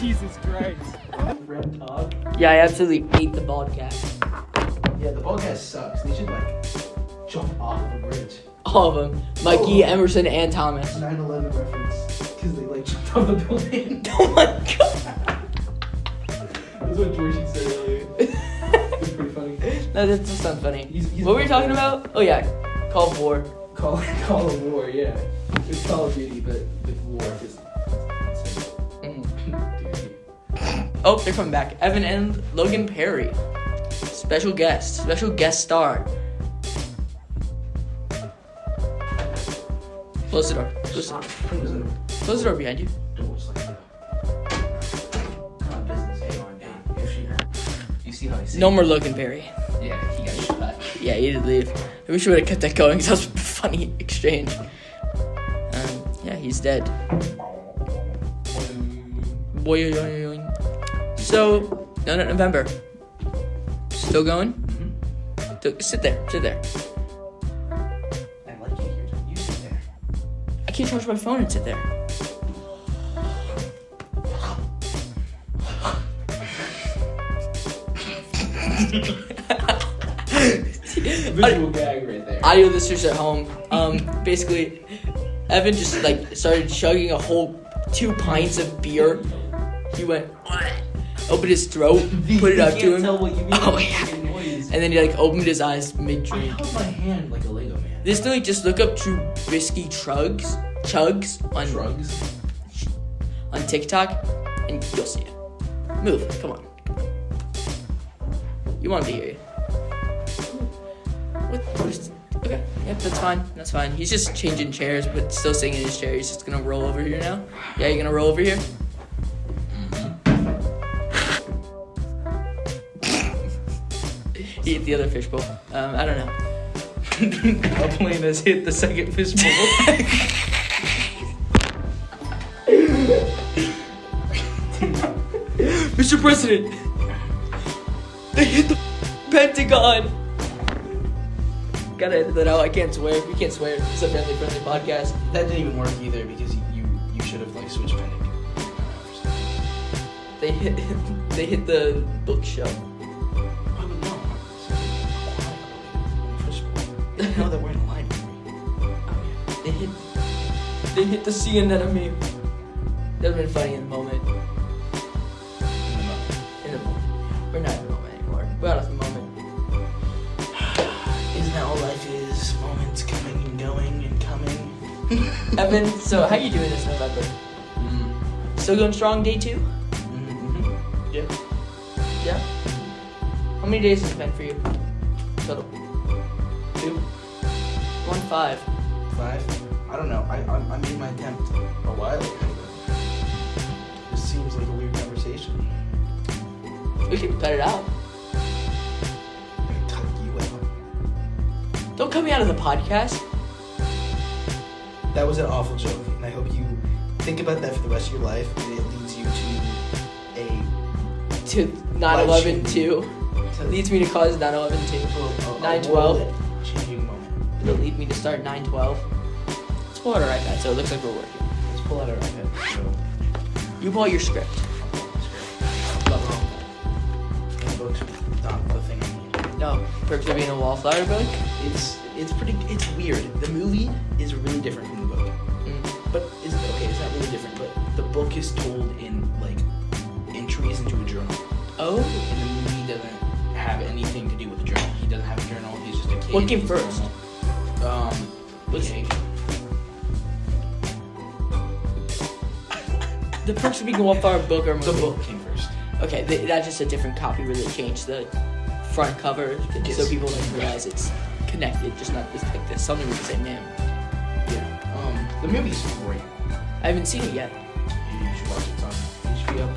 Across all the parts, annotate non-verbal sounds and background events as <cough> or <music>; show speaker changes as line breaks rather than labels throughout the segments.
Jesus Christ.
Red Tog.
Yeah, I absolutely hate the bald cat.
Yeah, the ball guy sucks. They should like jump off the bridge.
All of them. Mikey,
Oh.
Emerson, and Thomas. <laughs>
9/11 reference because they like <laughs> jumped off the building. <laughs>
Oh my god.
That's what Georgie said earlier.
<laughs>
It's pretty funny.
no, this does sound funny.
He's- he's
what were you
bald
talking
guy.
about? Oh yeah, Call of War.
Call Call of War, yeah. It's Call of Duty, but with war. <laughs> Just duty.
Mm-hmm. Oh, they're coming back. Evan and Logan Perry. Special guest. Special guest star. Close the door. Close,
There's a
close the door behind you.
door just like that.
Kind of business eh? going down. If she- You see how he said
No more Logan Perry.
Yeah, he got shot.
Yeah, he did leave. I wish we would have kept that going 'cause that was a funny <laughs> exchange. Um, yeah, he's dead. Boy, oy, oy, oy, oy. So, done at November. Still going?
Mm-hmm.
Still- sit there, sit there.
I like you here. You sit there.
I can't charge my phone and sit there. <laughs>
Visual gag right there.
Audio listeners at home, um, basically, Evan just like started chugging a whole two pints of beer.
Uh,
He went, opened his throat, put it
<laughs> You
up
can't
to him,
tell what you mean.
Oh,
by
yeah.
making noise.
and then he like opened his eyes mid
I
drink.
held my hand like a Lego man.
This doing just look up Trubisky Trugs, Chugs on
Drugs.
on TikTok, and you'll see it. Move, come on. You want to hear it? What? what is- Okay, yep, that's fine. That's fine. He's just changing chairs, but still sitting in his chair. He's just gonna roll over here now. Yeah, you're gonna roll over here. <laughs> Eat the other fishbowl. Um, I don't know. <laughs> I'll blame us. Hit the second fishbowl. <laughs> Mr. President, they hit the Pentagon. Gotta edit that out. I can't swear. We can't swear. It's a family friendly podcast.
That didn't even work either because you you should have like switched panic.
They hit. They hit the bookshelf.
I would know. First of all, I know that we're in line.
They hit. They hit the sea anemone. That would've been funny in the moment. In the moment. We're not in the moment anymore. We're out of the moment.
Isn't that all life is? Moments coming and going and coming.
Evan, so how you doing this November? Still going strong, day two?
Mm-hmm. Yeah.
Yeah. How many days has it been for you? Total.
Two,
One five.
five. I don't know. I, I, I made my attempt a while ago. but This seems like a weird conversation.
We can cut it out.
I'm gonna cut you out.
Don't cut me out of the podcast.
That was an awful joke, and I hope you think about that for the rest of your life, and it leads you to a
To 9 11 2.
to
Leads me to cause 9 11 2.
a- a
9/12.
world changing moment.
It'll lead me to start 9 12. Let's pull out our iPad so it looks like we're working.
Let's pull out our iPad. So.
You bought your script. No. Perks of being a wallflower book?
It's it's pretty it's weird. The movie is really different from the book,
Mm.
but it's okay. It's not really different, but the book is told in like entries into a journal,
Oh.
and the movie doesn't have anything to do with the journal. He doesn't have a journal. He's just a kid.
What came
He's
first?
normal. Um,
What's-
yeah.
The Perks of Being a Wallflower book or movie?
the book came first.
Okay, th- that's just a different copy where they changed the front cover so
Yes.
people don't realize it's connected, just not just like this. Something with the same name.
Yeah. Um, the movie's great.
I haven't seen it yet.
You should watch it. It's on HBO.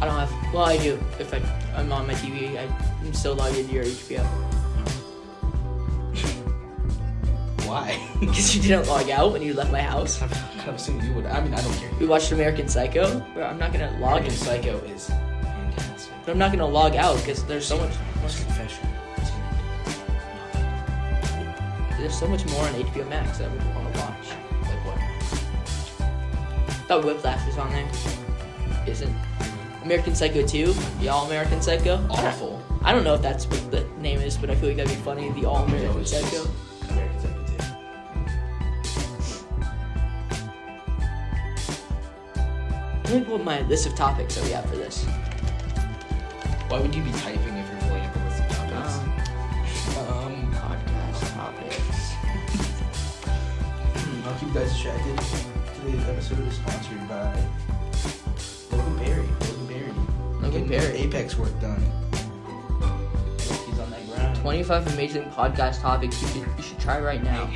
I don't have. Well, I do. If I, I'm on my TV, I, I'm still logged into your HBO.
Why?
<laughs>
<laughs>
Because you didn't log out when you left my house.
I'm kind of assuming you would. I mean, I don't care.
We watched American Psycho. Bro, I'm not gonna log in,
American Psycho is fantastic.
but I'm not gonna log out because there's so much.
Most confession. is gonna do
There's so much more on HBO Max that I would want to watch.
nothing. Like what?
thought Whiplash was on there. Isn't American Psycho 2? The All American Psycho?
Awful.
I don't know if that's what the name is, but I feel like that'd be funny. The All American
it's
Psycho.
just-
American Psycho 2.
Let me pull up my list of topics that we have for this.
Why would you be typing if you're pulling up a list of topics?
Uh,
Um,
podcast topics.
hmm, I'll keep you guys distracted. Today's episode is sponsored by Logan Berry. Logan Berry.
Logan
Getting
Berry.
Apex work done. Look, He's on that ground.
25 amazing podcast topics you should, you should try right now.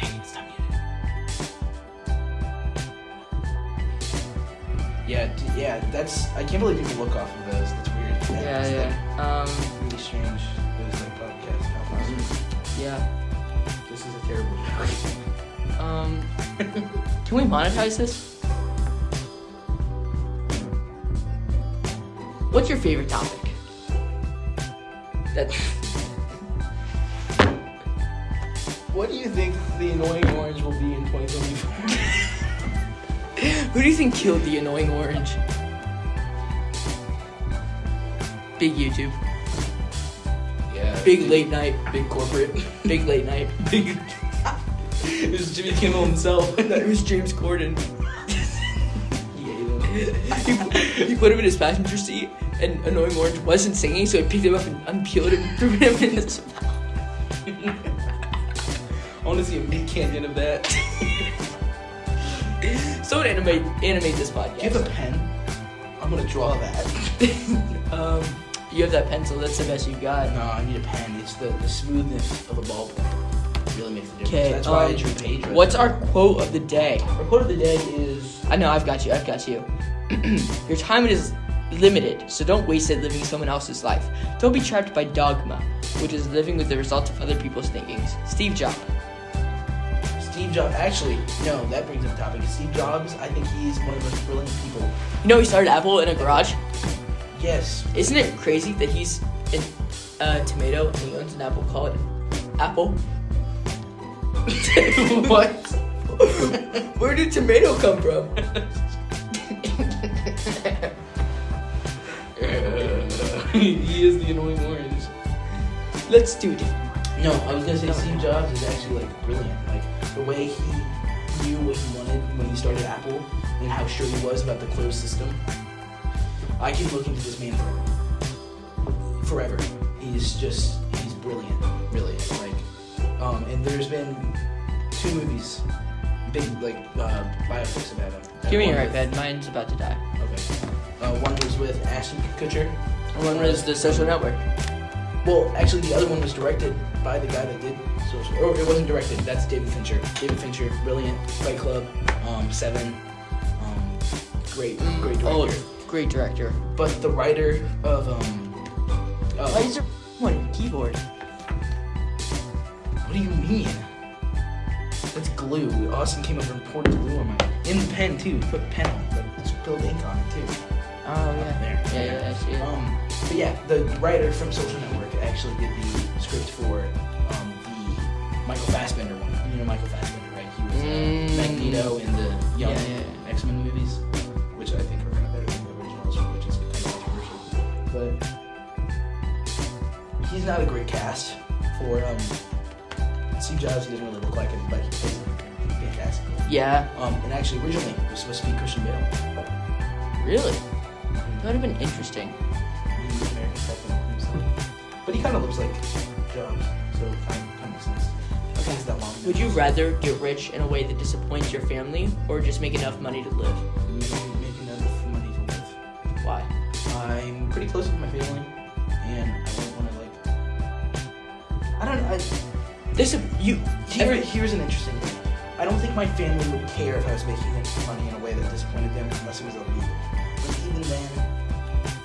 Yeah, d- yeah. That's I can't believe people look off of those. That's weird.
Yeah,
it's
yeah. Um,
Like really strange. Those like podcast.
Mm-hmm.
outlets.
yeah.
This is a terrible joke.
Um, <laughs> can we monetize this? What's your favorite topic? That
What do you think the annoying orange will be in 2024?
Who do you think killed the annoying orange? Big YouTube.
yeah.
Big late night. Big corporate. Big late night. <laughs> Big.
it was Jimmy Kimmel himself.
<laughs> No, it was James Corden. <laughs>
he ate him.
he, he put him in his passenger seat, and Annoying Orange wasn't singing, so he picked him up and unpeeled him and threw him in his mouth.
I want to see a meat canyon of that.
Someone animate animate this podcast.
Give a pen. I'm gonna draw <laughs> that.
um, you have that pencil. That's the best you got.
No, I need a pen. It's the, the smoothness of a ballpoint. Really makes a difference.
Okay.
That's why I drew Pedro.
What's our quote of the day?
um, Our quote of the day is
I know I've got you. I've got you. <clears throat> Your time is limited, so don't waste it living someone else's life. Don't be trapped by dogma, which is living with the results of other people's thinkings. Steve Jobs.
Steve Jobs. Actually, no, that brings up a topic. Steve Jobs. I think he's one of the most brilliant people.
You know he started Apple in a garage.
<laughs> Yes.
Isn't it crazy that he's an, a tomato and he owns an apple called Apple? <laughs> what? <laughs> Where did tomato come <laughs> from?
he is the annoying orange.
Let's do it.
No, I was gonna say Steve Jobs is actually like brilliant. Like the way he knew what he wanted when he started Apple and how sure he was about the closed system. I can look into this man forever. Forever. He's just he's brilliant, really. Like um and there's been two movies, big like uh biopics about him.
Give me
One
your
with-
iPad. Mine's about to die.
Okay. Uh, one was with Ashton Kutcher.
One was the social network.
Well, actually, the other one was directed by the guy that did Social. Or it wasn't directed. That's David Fincher. David Fincher, brilliant. Fight Club, um, Seven, um, great, great director.
Oh, great director.
But the writer of um, uh,
Why is there one keyboard?
what do you mean? That's glue. Austin came over and poured glue on my in the pen too. Put pen on. Like, spilled ink on it too.
Oh yeah.
There.
Yeah, yeah, I see it.
Um, but yeah, the writer from Social Network actually did the script for um, the Michael Fassbender one. You know Michael Fassbender, right? He was uh,
Mm.
Magneto in the young
Yeah, yeah,
X Men movies, which I think are kind of better than the originals, which is kind of controversial. But he's not a great cast for um, Steve Jobs. He doesn't really look like him, but he plays him fantastically.
Yeah.
Um, and actually, originally it was supposed to be Christian Bale.
Really? That would have been interesting.
the American second himself. But he kind of looks like Jobs, so it kind of, kind of makes sense. Okay, it's that long.
Would you rather get rich in a way that disappoints your family or just make enough money to live?
make enough money to live?
Why?
I'm pretty close with my family, and I wouldn't want to like. I don't. I,
This you
here,
every,
here's an interesting thing. I don't think my family would care if I was making enough money in a way that disappointed them, unless it was illegal. But even then,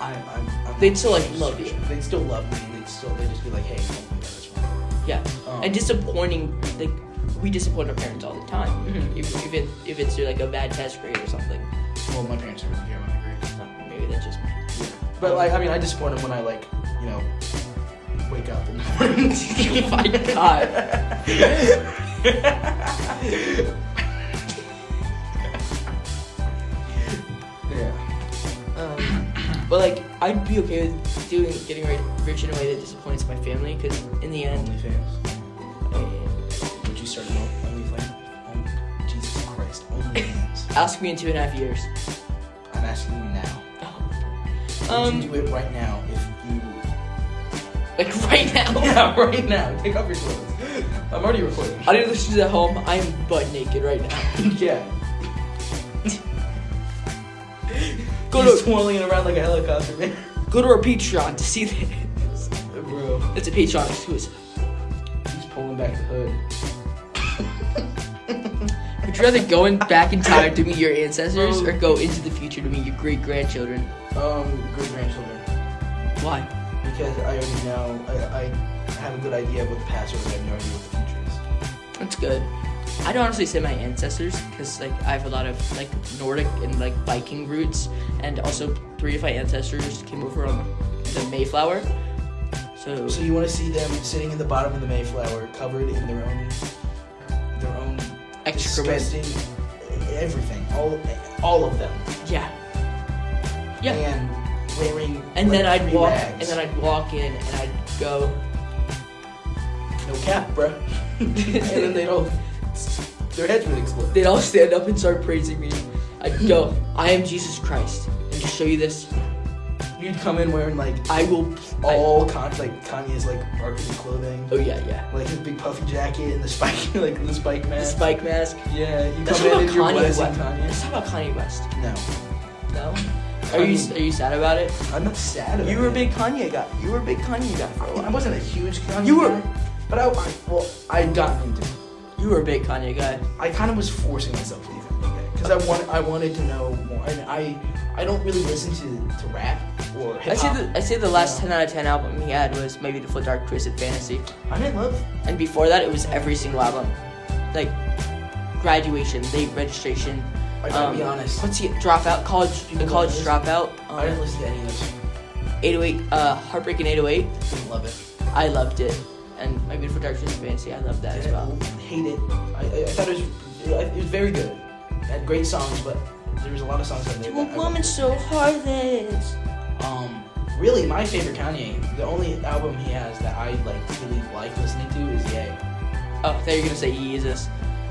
I'm. I'm, I'm not
They'd still, like,
sure.
love you.
They'd still love me, and they'd still they'd just be like, hey, don't do that. That's wrong.
yeah.
Um,
And disappointing like we disappoint our parents all the time.
Mhm.
If, if it if it's like a bad test grade or something,
Well, my parents are gonna care about my grades.
Uh, maybe that's just me.
But like, I mean, I disappoint him when I like, you know, wake up in the <laughs> morning. <laughs>
Oh my God.
Um,
But like, I'd be okay with doing getting ri- rich in a way that disappoints my family, because in the end,
OnlyFans.
uh,
Would you start an OnlyFans? Um, Jesus Christ, <laughs> OnlyFans.
ask me in two and a half years. Oh,
I'm asking you now. Would you
Um,
do it right now if you
like <laughs> right now.
<laughs> Yeah, right now. Take off your clothes. I'm already recording.
I didn't listen to that home. I am butt naked right now.
<laughs> yeah.
Go
He's
to
swirling it around like a helicopter, man.
go to our Patreon to see this.
Bro,
It's a Patreon exclusive.
he's pulling back the hood.
Would you rather go in back in time to meet your ancestors, or go into the future to meet your great grandchildren?
Um, great grandchildren.
Why?
Because I already know, I, I have a good idea of what the past was, I have no idea what the future is.
That's good. I'd honestly say my ancestors, because like I have a lot of like Nordic and like Viking roots, and also three of my ancestors came over on the Mayflower. So
So you want to see them sitting in the bottom of the Mayflower, covered in their own, their own
excrement.
disgusting, everything, all, all of them.
Yeah. Yeah.
And wearing.
And
like,
then I'd
three
walk,
rags.
and then I'd walk in, and I'd go.
No cap, bruh. <laughs> and then they'd all, their heads would explode.
They'd all stand up and start praising me. I'd <laughs> go, I am Jesus Christ, and to show you this,
You'd come in wearing like
I will. I-
all con- like Kanye's like arcade clothing,
oh yeah, yeah.
like his big puffy jacket and the spike, <laughs> like the spike
The
mask.
spike mask.
Yeah, you
Let's
come
talk about
in and you're
Kanye
blessing
West. Let's
Kanye.
talk about Kanye West.
No,
No. Are you are you sad about it?
I'm not sad. About
You were a
it.
big Kanye guy. You were a big Kanye guy for a
I
while.
wasn't a huge Kanye.
You were-
guy, but I, I well, I got into. it.
You were a big Kanye guy.
I kind of was forcing myself to even because I want I wanted to know more, and I I don't really listen to to rap or
I
hip
say
hop.
the I say the last ten out of ten album he had was maybe the Full Dark Twisted Fantasy,
I'm in love.
and before that it was every single album, like graduation, late registration.
I gotta be honest.
Um, What's he? Dropout, college, the
People
college
don't
dropout.
I didn't
Um,
listen to any of those.
808, uh, heartbreaking 808.
Didn't love it.
I loved it, and my beautiful dark twisted fantasy. I loved that as well.
I hate it. I, I, I thought it was it was very good. It had great songs, but there was a lot of songs on there.
You a
that I-
woman so heartless.
Um, really, my favorite Kanye. The only album he has that I like really like listening to is Yay.
Oh, I thought you were gonna say Jesus.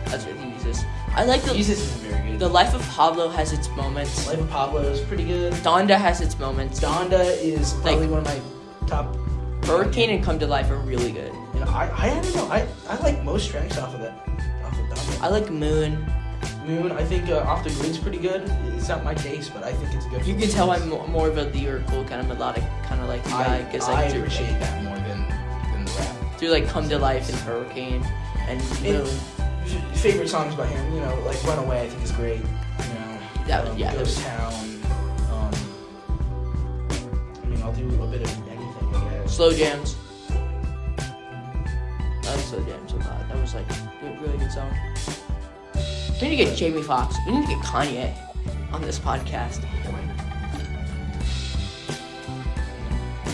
That's what Jesus. I like the
Jesus isn't very good.
The life of Pablo has its moments.
Life of Pablo is pretty good.
Donda has its moments.
Donda is probably one of my top.
Hurricane and Come to Life are really good.
And I, I, I don't know. I, I like most tracks off of that. Off of Donda.
I like Moon.
Moon, I think uh, Off the Grid's pretty good. It's not my taste, but I think it's good.
You can tell I'm mo- more of a lyrical kind of melodic kind of like
I,
guy because
I
like through,
appreciate that more than than the rap.
through like Come to Life and Hurricane and
And
Moon.
favorite songs by him, you know, like Runaway, I think is great. You know, Um,
That- yeah, that
Ghost
was-
Town. Um, I mean, I'll do a bit of anything. I guess.
Slow jams. I like slow jams a lot. That was like a really good song. We need to get Jamie Foxx. We need to get Kanye on this podcast.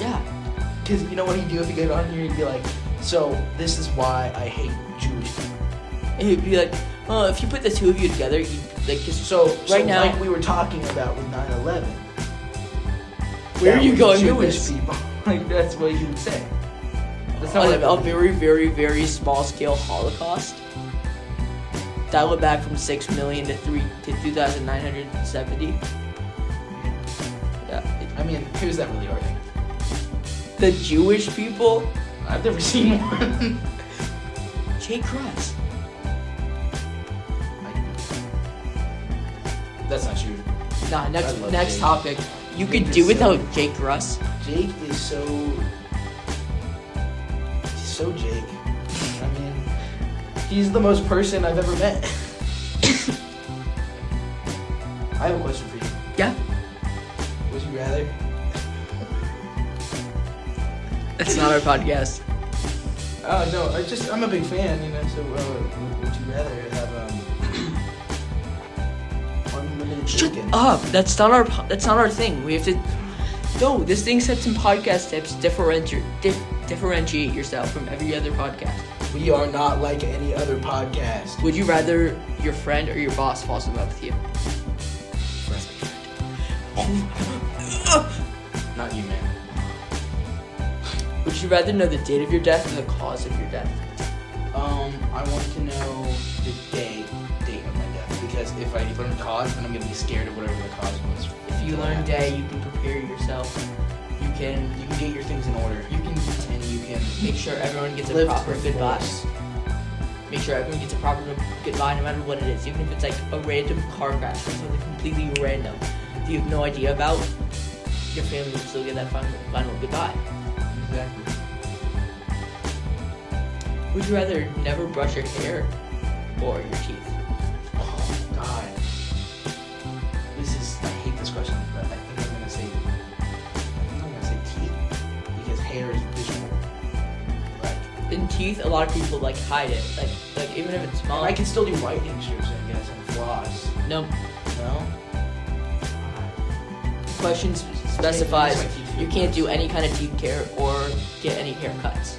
Yeah.
Because you know what he'd do if he got on here? He'd be like, "So this is why I hate Jewish people."
And he'd be like, oh, if you put the two of you together, you'd, like, just
So
right
so
now,
like we were talking about with 9/11.
Where are
that
you
was
going with
Jewish
this?
people. <laughs> like that's what he would say. That's not
on
what
a, a very, very, very small scale Holocaust, dial it back from six million to three to two thousand nine hundred and seventy. Yeah,
I mean, who's that really arguing?
the Jewish people,
I've never <laughs> seen one.
Jay Cross.
That's not true.
Nah,
I
next
love
next
Jake.
topic. You
Jake
could
is
do
so-
without Jake Russ.
Jake is so. he's so Jake. I mean, he's the most person I've ever met. <coughs> I have a question for you.
Yeah,
Would you rather?
that's not our podcast.
Oh no, I just I'm a big fan, you know. So uh, w- would you rather have um <coughs> unlimited
Shut
chicken?
up. That's not our po- that's not our thing. We have to. No, this thing said some podcast tips. Differentiate dif- differentiate yourself from every other podcast.
We are not like any other podcast.
Would you rather your friend or your boss falls in love with you?
Not you, man.
Would you rather know the date of your death and the cause of your death?
Um, I want to know the day, date of my death because if I learn cause, then I'm gonna be scared of whatever the cause was.
If you learn day, you can prepare yourself. You can
You can get your things in order,
you can
and you can
make sure everyone gets a
Live
proper
to the
goodbye.
fullest.
Make sure everyone gets a proper goodbye, no matter what it is, even if it's like a random car crash or something completely random that you have no idea about. Your family will still get that final, final goodbye.
Exactly.
Would you rather never brush your hair or your teeth?
Oh God. This is I hate this question, but I think I'm gonna say I think I'm gonna say teeth because hair is visual. Like
In teeth, a lot of people like hide it. Like, like even if it's small,
I can still do whitening strips, I guess, and floss.
no
No.
question s- specifies you can't do any kind of teeth care or get any haircuts.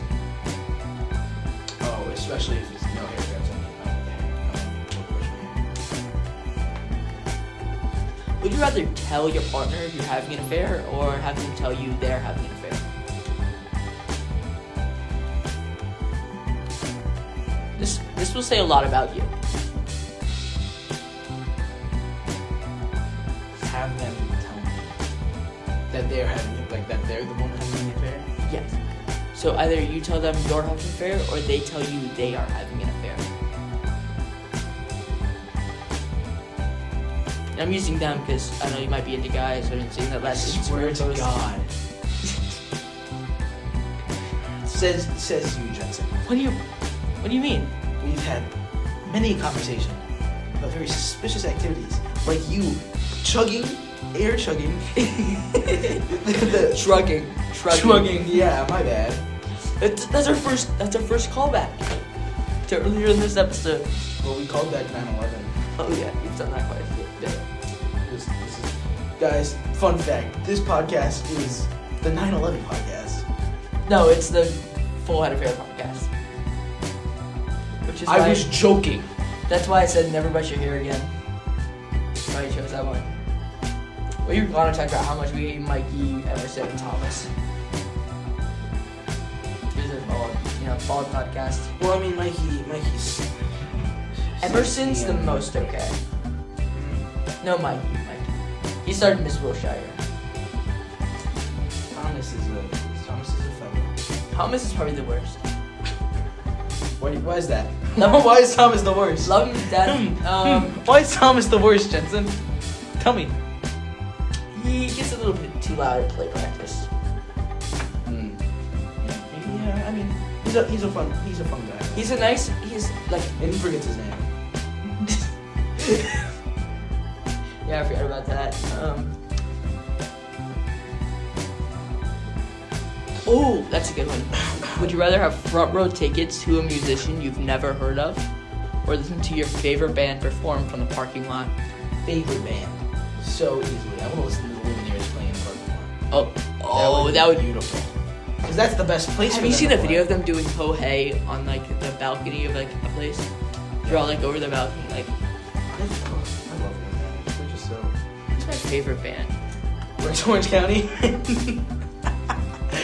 Oh, especially if it's no haircuts. I mean, I don't think- I don't brush my hair. Oh,
Would you rather tell your partner you're having an affair or have them tell you they're having an affair? This this will say a lot about you.
Have them tell me that they're having like that they're the one having the affair.
Yes. So either you tell them you're having an affair or they tell you they are having an affair. And I'm using them because I know you might be into guys. I've been seeing that
I
last
swear to
post.
God. says says you, Jensen.
What do you What do you
<laughs>
mean? <laughs>
We've had many conversations about very suspicious activities, like you chugging, air chugging, <laughs> the,
Shrugging.
the
Shrugging.
chugging. Yeah, my bad.
That's, that's our first. That's our first callback to earlier in this episode.
Well, we called that 9/11.
Oh yeah, we've done that quite a few.
This, this is, guys, fun fact: this podcast is the 9/11 podcast.
No, it's the Full Head of Hair podcast. Which is why,
I was joking.
that's why I said never brush your hair again. That's why I chose that one. We were gonna talk about how much we hate Mikey, Emerson, and Thomas. Here's a bald, you know, bald podcast.
Well, I mean, Mikey, Mikey's.
Emerson's the most okay. No, Mikey, Mikey. He started Miss Wilshire.
Thomas is a Thomas is a fellow.
Thomas is probably the worst.
Why, why is
<laughs>
that? <laughs>
No.
why is Thomas the worst?
Love him to death.
Hmm,
Um,
hmm. <laughs> why is Thomas the worst, Jensen? Tell me.
he gets a little bit too loud at play practice. Hmm.
Yeah, I mean, he's a he's a fun he's a fun guy.
He's a nice. He's like. <laughs>
and he forgets his name.
yeah, I forgot about that. Um, oh, that's a good one. <laughs> Would you rather have front row tickets to a musician you've never heard of, or listen to your favorite band perform from the parking lot?
Favorite band. So easily, I want to listen to the Lumineers playing in the parking lot.
Oh, oh, that would.
be beautiful. Because that's the best place.
Have
for
you
them
seen
to
that
play.
video of them doing ho hey on like the balcony of like a place? They're all like over the balcony, like.
I love I love Lumineers. They're just so.
Who's my favorite band?
Where's Orange
<laughs>
County?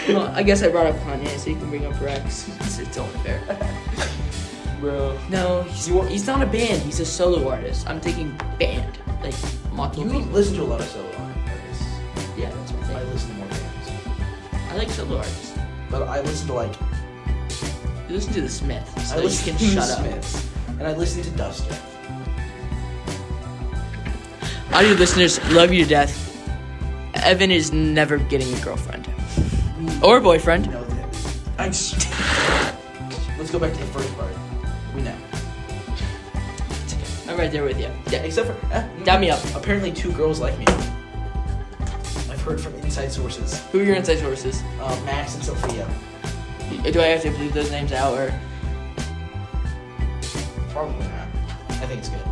Well, I guess I brought up Kanye, so you can bring up Rex. It's, it's only fair.
Bro.
No, he's, he's not a band. He's a solo artist. I'm thinking band, like
You
multiple people.
listen to a lot of solo artists.
Yeah, that's my
I
thing.
listen to more bands.
I like solo artists.
But I listen to like
You listen to the Smiths,
I
so you
listen
can
to
shut
Smiths, and I listen to Duster.
up. Audio listeners, love you to death. Evan is never getting a girlfriend or a boyfriend.
No, that- I just, <laughs> let's go back to the first part. We know.
It's okay. I'm right there with you. Yeah,
Except for eh, mm,
dab me up.
apparently two girls like me. I've heard from inside sources,
Who are your inside sources?
uh, Max and Sophia.
Do I have to bleep those names out or?
Probably not. I think it's good.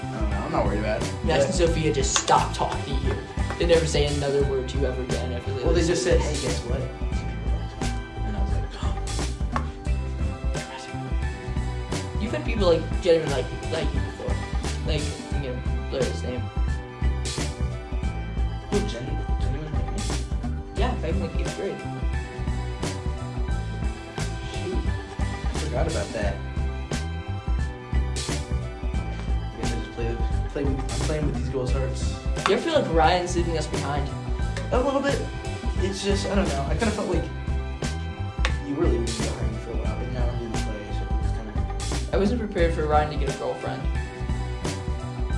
<laughs> I don't know. I'm not worried about it.
Max and Sophia just stop talking to you. They never say another word to you ever again. After
Well, they just said, "Hey, guess what?" And I was like, <gasps> "Oh,
You've had people like genuinely like like you before, like you know, blur his name.
Who, Jenny? Jenny was my friend.
Yeah, back in like eighth grade.
Shoot. I forgot about that. I guess I just play, play with, I'm playing with these girls' hearts.
You ever feel like Ryan's leaving us behind?
A little bit. It's just, I don't know. I kind of felt like you were leaving me behind for a while, but now I'm in the play, so it's kind of.
I wasn't prepared for Ryan to get a girlfriend.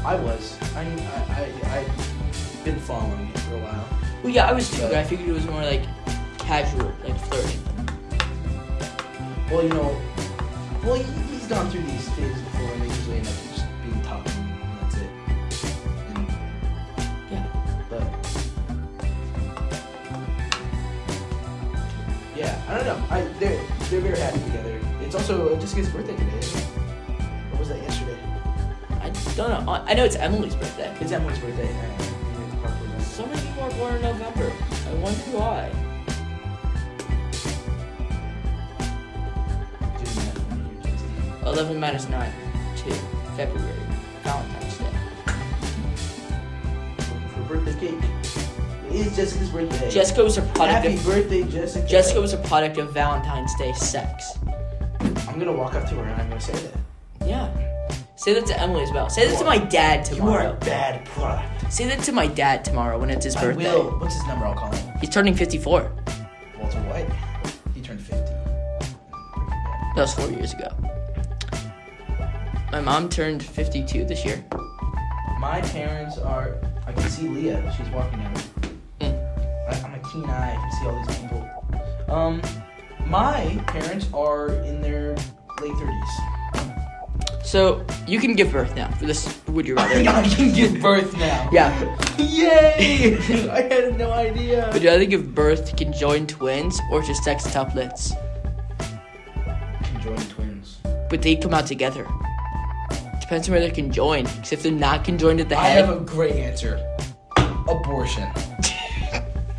I was. I, I, I, I've been following it for a while.
Well, yeah, I was too, but I figured it was more like casual, like flirting.
Well, you know, well, he, he's gone through these phases before, and they usually end up just being top, and that's it. And,
Yeah.
but yeah, I don't know. I they're they're very happy together. It's also Jessica's birthday today. isn't it? Or was that yesterday?
I don't know. I I know it's Emily's birthday.
It's Emily's birthday. uh, we made the proper mess.
So many people are born in November. I wonder why.
Do the math for me, Jessica.
11 minus 9, 2, February, Valentine's Day.
Looking For birthday cake. It is Jessica's birthday.
Jessica was a product
Happy
of
birthday, Jessica.
Jessica was a product of Valentine's Day sex.
I'm gonna walk up to her and I'm gonna say that.
Yeah. Say that to Emily as well. Say that to my dad
You are
tomorrow.
a bad product.
Say that to my dad tomorrow when it's his
I
birthday.
will. What's his number? I'll call him.
He's turning 54.
Walter White. He turned 50.
That was four years ago. My mom turned 52 this year.
My parents are. I can see Leah. She's walking down.
Mm.
I, I'm a keen eye. I can see all these people. Um, my parents are in their late 30s.
So you can give birth now for this. Would you
<laughs>
rather?
I
<laughs>
can give birth now.
Yeah.
Yay! <laughs> I had no idea.
Would you rather give birth to conjoined twins or to sextuplets?
Conjoined twins.
But they come out together. Depends on where they're conjoined. Because if they're not conjoined at the
I
head,
have a great answer. Abortion.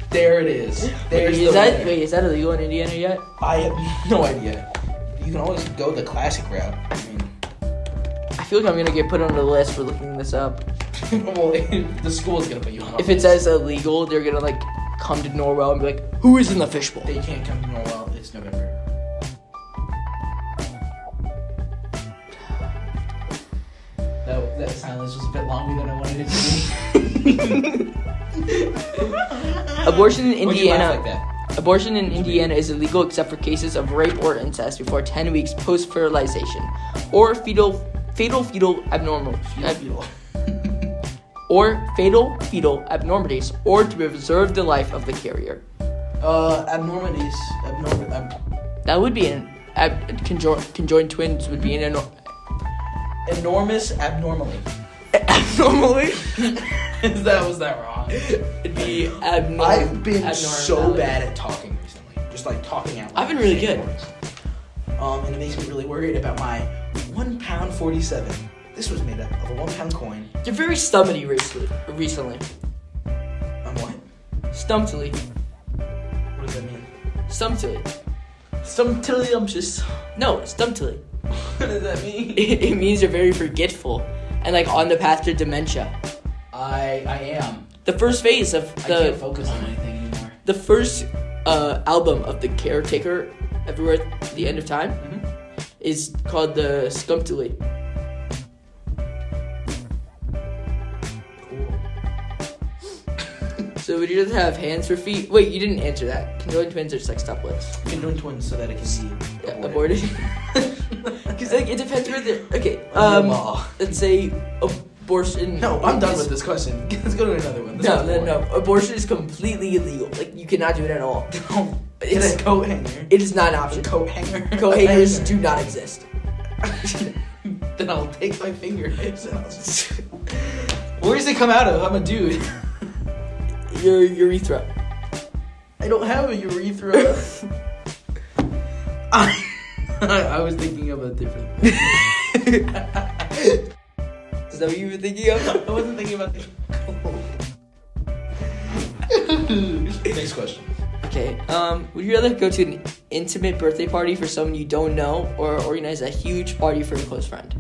there it is. There's
wait, is
the
that
winner.
wait is that illegal in Indiana yet?
I have no idea. You can always go the classic route. I mean,
I feel like I'm gonna get put on the list for looking this up.
<laughs> well, the school's gonna put you on.
If it says illegal, they're gonna like come to Norwell and be like, "Who is in the fishbowl?"
that you can't come to Norwell, it's November. That, that silence was a bit longer than I wanted it <laughs> to be.
Abortion in
Why'd you
Indiana.
laugh like that?
Abortion in Indiana is illegal except for cases of rape or incest before 10 weeks post fertilization, or fetal fatal fetal abnormal ab-
Fetal, fetal.
or fatal fetal abnormities, or to preserve the life of the carrier.
Uh, abnormities. Abnorm- ab-
That would be an ab- conjo- conjoined twins would be an enor-
enormous abnormally.
abnormally.
<laughs> that was that wrong?
It'd be abnormal.
I've been
abnormality.
so bad at talking recently. Just like talking out. loud
I've been really
saying
good.
words. Um, and it makes me really worried about my one pound forty-seven. This was made up of a one pound coin.
You're very stumpy recently. Recently,
Um, what?
stumptly,
What does that mean?
stumptily. <laughs>
Some tilliumptious.
No, stumptily. <laughs>
what does that mean?
It, it means you're very forgetful and like on the path to dementia.
I I am.
The first phase of
I can't
the
focus on anything anymore.
the first uh, album of the Caretaker, everywhere at the end of time,
Mhm.
is called the Stumptily.
Cool.
So would you just have hands for feet? Wait, you didn't answer that. Conjoined twins or sextuplets?
Conjoined twins so that it can be
Yeah,
aborted. <laughs>
aborted. <laughs> Because like it depends where they're. Okay. Um.
Law.
Let's say abortion.
No, I'm done
is- <laughs>
with this question. <laughs> Let's go to another one. This
No,
one's
no,
boring. <laughs>
no. Abortion is completely illegal. Like you cannot do it at all.
Get
It's-
a coat hanger.
It is not an
<laughs>
option.
coat hanger.
Co-haters do not exist.
<laughs> then I'll take my <laughs> fingernails out. Where does it come out of? I'm a dude.
Your urethra.
I don't have a <laughs> urethra. I, <laughs> I was thinking of a different <laughs> thing.
Is that what you were thinking of?
<laughs> I wasn't thinking about the Next question.
okay. Um, would you rather go to an intimate birthday party for someone you don't know, or organize a huge party for a close friend?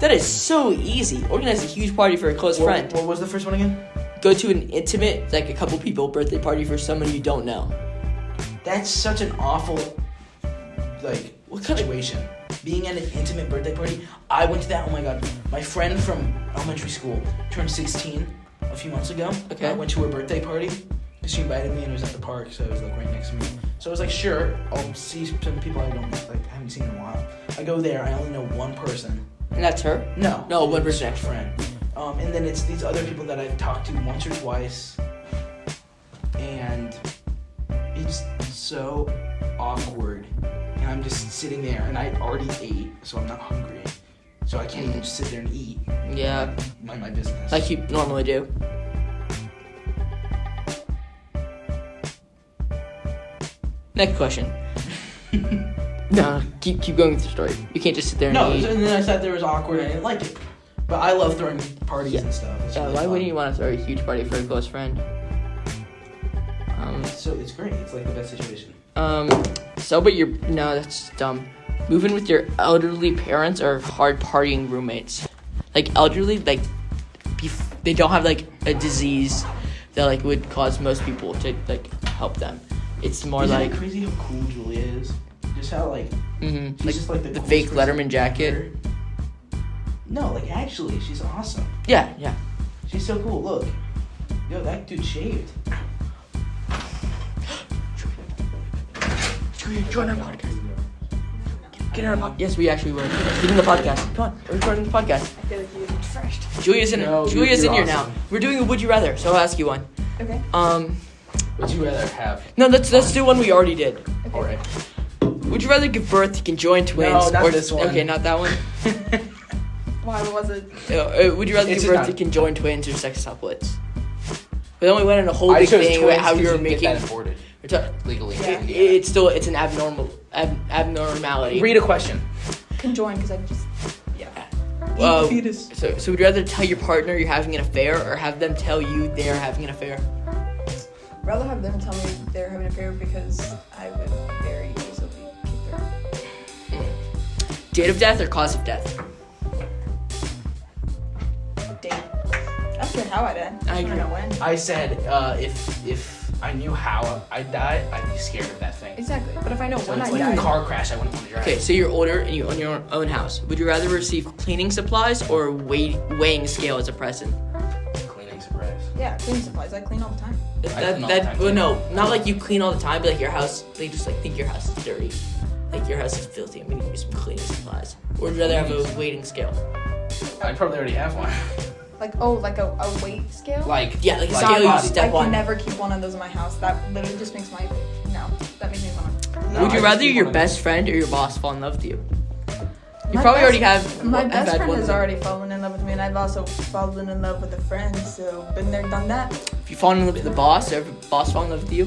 That is so easy. Organize a huge party for a close
What,
friend.
what was the first one again?
go to an intimate, like a couple people birthday party for someone you don't know.
That's such an awful, like,
What kind of-
situation. Being at an intimate birthday party, I went to that. Oh my god, my friend from elementary school turned 16 a few months ago.
Okay.
I went to her birthday party because she invited me and it was at the park, so it was like right next to me. So I was like, sure, I'll see some people I don't like, haven't seen in a while. I go there, I only know one person.
And that's her.
No.
No, what
It's
percent?
my friend. Um, and then it's these other people that I've talked to once or twice, and it's so awkward. And I'm just sitting there, and I already ate, so I'm not hungry, so I can't even just sit there and eat.
Yeah,
Mind my business.
like you normally do. Next question. no, keep keep going with your story. You can't just sit there and
no,
eat.
and then I thought there was awkward. and I didn't like it, but I love throwing parties
Yeah.
and stuff. It's
Yeah,
really
why
fun.
wouldn't you want to throw a huge party for a close friend? Um,
So it's great. It's like the best situation.
um, celebrate your. No, that's dumb. Move in with your elderly parents or hard partying roommates. Like elderly, like bef- they don't have like a disease that like would cause most people to like help them. It's more
Isn't
like
it crazy how cool Julia is? Just how like
mhm,
she's
like
just like the,
the
coolest
fake
person
Letterman jacket.
ever. No, like actually, she's awesome.
Yeah, yeah.
She's so cool. Look, yo, that dude shaved.
Join our podcast. Get in our podcast. Yes, we actually were. Get in the podcast. Come on, we're recording the podcast.
I feel like you did it first.
Julia's in.
No, you're-
Julia's
you're
in here
awesome.
now. We're doing a would you rather, so I'll ask you one.
Okay.
Um,
Would you rather have?
no, let's let's do one we already did.
All right.
Would you rather give birth to conjoined twins
not
or
this one.
Okay, not that <laughs> one.
Why was it?
Uh, uh, would you rather
It's
give
just
birth to
not-
conjoined twins or sextuplets? We only went on a whole
I
big
chose
thing about
twins
how
'cause
you were
can get
making.
that aborted
we're ta-
legally.
Yeah.
it-
Yeah.
It's still it's an abnormal ab, abnormality.
Read a question.
Conjoined, because I just.
Uh,
fetus.
so, so would you rather tell your partner you're having an affair or have them tell you they're having an affair?
rather have them tell me they're having an affair because I would very easily keep their.
Date of death or cause of death?
Date. I don't care how I die.
I
I don't know when.
I said, uh, if if
I knew how I'd die. I'd be scared of that thing.
Exactly. But if I know
So
when
it's
I
like
die.
a car crash. I wouldn't want to drive.
Okay, so you're older and you own your own house. Would you rather receive cleaning supplies or a weigh- weighing scale as a present?
Cleaning surprise.
Yeah, cleaning supplies. I clean all the time.
That,
I
that,
clean all the
that
time,
well,
too.
no, not like you clean all the time, but like your house, they just like think your house is dirty. Like your house is filthy. I'm gonna give you some cleaning supplies. Or would you rather have a weighing scale?
I'd probably already have one.
Like oh, like a, a weight scale.
Like
Yeah, like a
Like
scale you
body.
I
step
can
on.
never keep one of those in my house. That literally just makes my no. That makes me want.
No,
would
I
you
just
rather
keep
your
one.
best friend or your boss fall in love with you? You
My
probably
best-
already have.
My
have
best
had
friend
one
has
of them.
already fallen in love with me, and I've also fallen in love with a friend. So been there, done that.
If you fall in love with the boss, or if the boss fall in love with you,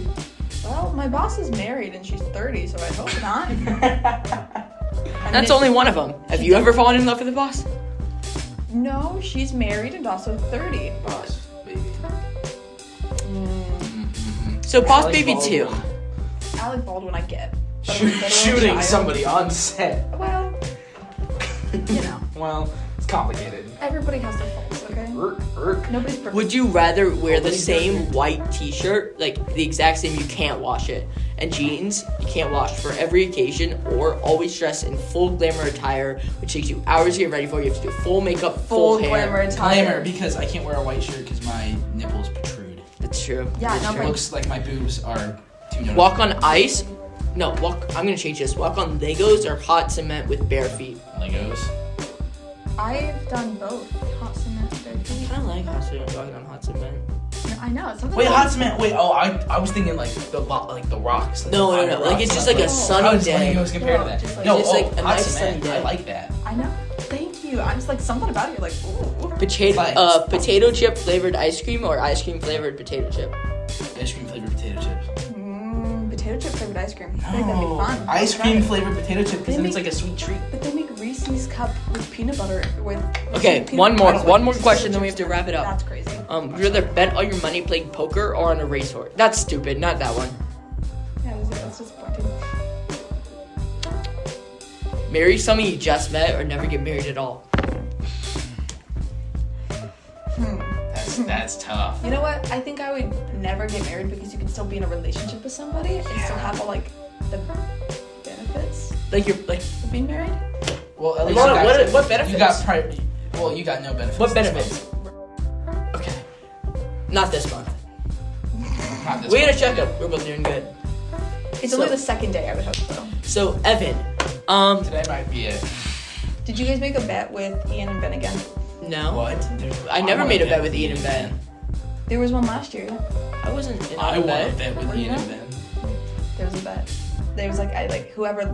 Well, my boss is married and she's 30, so I
<laughs>
hope not. And
that's
it-
only one of them. Have you ever fallen in love with the boss?
No, she's married and also 30.
<laughs> Boss, baby.
So boss
Alec
baby
Baldwin.
two.
Alec Baldwin, I get. But I'm a
Shoot,
literal
shooting
child.
somebody on set.
Well, you know,
<laughs> Well, it's complicated.
everybody has their faults, okay?
Erk, erk.
Nobody's perfect.
Would you rather wear the
Nobody's
same white t-shirt, like the exact same, you can't wash it, and jeans you can't wash for every occasion, or always dress in full glamour attire, which takes you hours to get ready for. You have to do full makeup, full,
full
hair.
glamour
Timer,
attire?
because I can't wear a white shirt because my nipples protrude.
That's true.
Yeah,
That's
no,
true.
Right.
Looks like my boobs are too noticeable.
Walk on ice. No, walk. I'm gonna change this. Walk on Legos or hot cement with bare feet.
Legos.
I've done both. Hot cement, bare feet.
kind of like hot cement. Walking on hot cement.
No, I know. It's something
Wait,
like-
hot cement. Wait, oh, I, I was thinking like the lo- like the rocks. Like
No, no,
the
no.
rocks,
Like it's just like a
Oh.
sunny
How
day.
does Legos compare to
Yeah, just
that?
like-
No,
It's
oh,
like a
hot
nice sunny
cement.
day.
I like that.
I know. Thank you. I'm just like, something about it, you're like, ooh.
Potato,
Like-
uh, potato chip flavored ice cream or ice cream flavored potato chip.
Ice cream flavored potato chips.
Mm, potato chip flavored ice cream. I think that'd be
Oh,
No,
fun.
Oh, ice
Try
cream
it.
flavored potato chip because then it's like a sweet treat.
But they make Reese's cup with peanut butter with. with
Okay,
peanut-
one more-
I don't
one
like
more
Reese's
question, then we
chips.
have to wrap it up.
That's crazy.
Um, would you rather bet all your money playing poker or on a racehorse? That's stupid. Not that one.
Yeah, that's, that's disappointing.
Marry someone you just met or never get married at all.
Hmm.
That's that's that's tough.
You know what? I think I would never get married because you can still be in a relationship with somebody and still have all like the benefits
Like you're like
of being married.
Well, at
Like,
least
what-
you guys-
what- what benefits?
You got pri- Well, you got no benefits.
what
this
benefits? Okay, not this month.
month. Not this
we had a
month.
checkup. We're both doing good.
It's
So-
only the second day, I would hope so.
So Evan, um,
Today might be it.
Did you guys make a bet with Ian and Ben again?
no,
What?
I never
wanna
made a bet with Ian and Ben.
There was one last year. yeah.
I wasn't in
I want
a
a
bet.
bet with Ian and Ben.
There was a bet. There was like I like whoever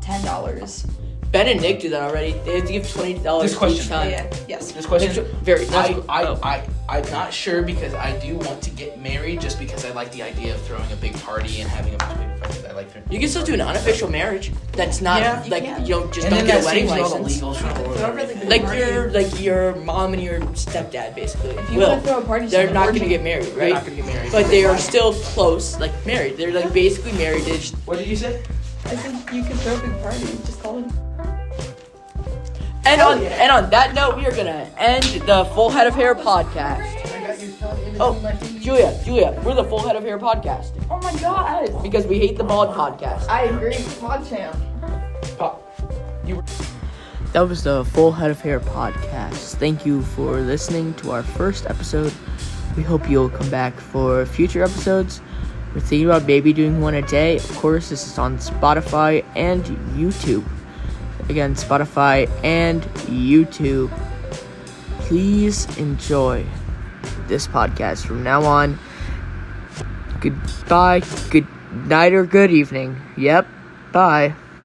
ten dollars.
Ben and Nick do that already. They have to give twenty dollars
This question.
each
Yeah,
time.
yeah. Yes.
This
Like,
question.
very. that's-
I, I,
oh.
I,
I'm not sure because I do want to get married just because I like the idea of throwing a big party and having a bunch of people friends. I like throwing
You can still do an unofficial marriage. That's not
Yeah, you
like
can.
you don't just
and
don't
then
get
that
a wedding
saves you all the
license.
legal trouble. and
Whoever the-
everything.
Like
Right.
your like your mom and your stepdad basically.
If you
will.
want to throw a party,
They're
just
not
orgy.
gonna get married,
They're not
right?
gonna get married.
But they are still close, like married. They're like basically married. They just-
What did you say?
I think you could throw a big party. Just call it.
And
Hell
on
yeah.
and on that note, we are gonna end the Full Head of Hair podcast.
I got your thumb in between
Oh,
my fingers.
Julia, Julia, we're the Full Head of Hair podcast
Oh my god!
because we hate the bald podcast.
I agree with PodChamp.
That was the Full Head of Hair podcast. Thank you for listening to our first episode. We hope you'll come back for future episodes. We're thinking about maybe doing one a day. Of course, this is on Spotify and YouTube. Again, Spotify and YouTube. Please enjoy this podcast from now on. Goodbye, good night, or good evening. Yep, bye.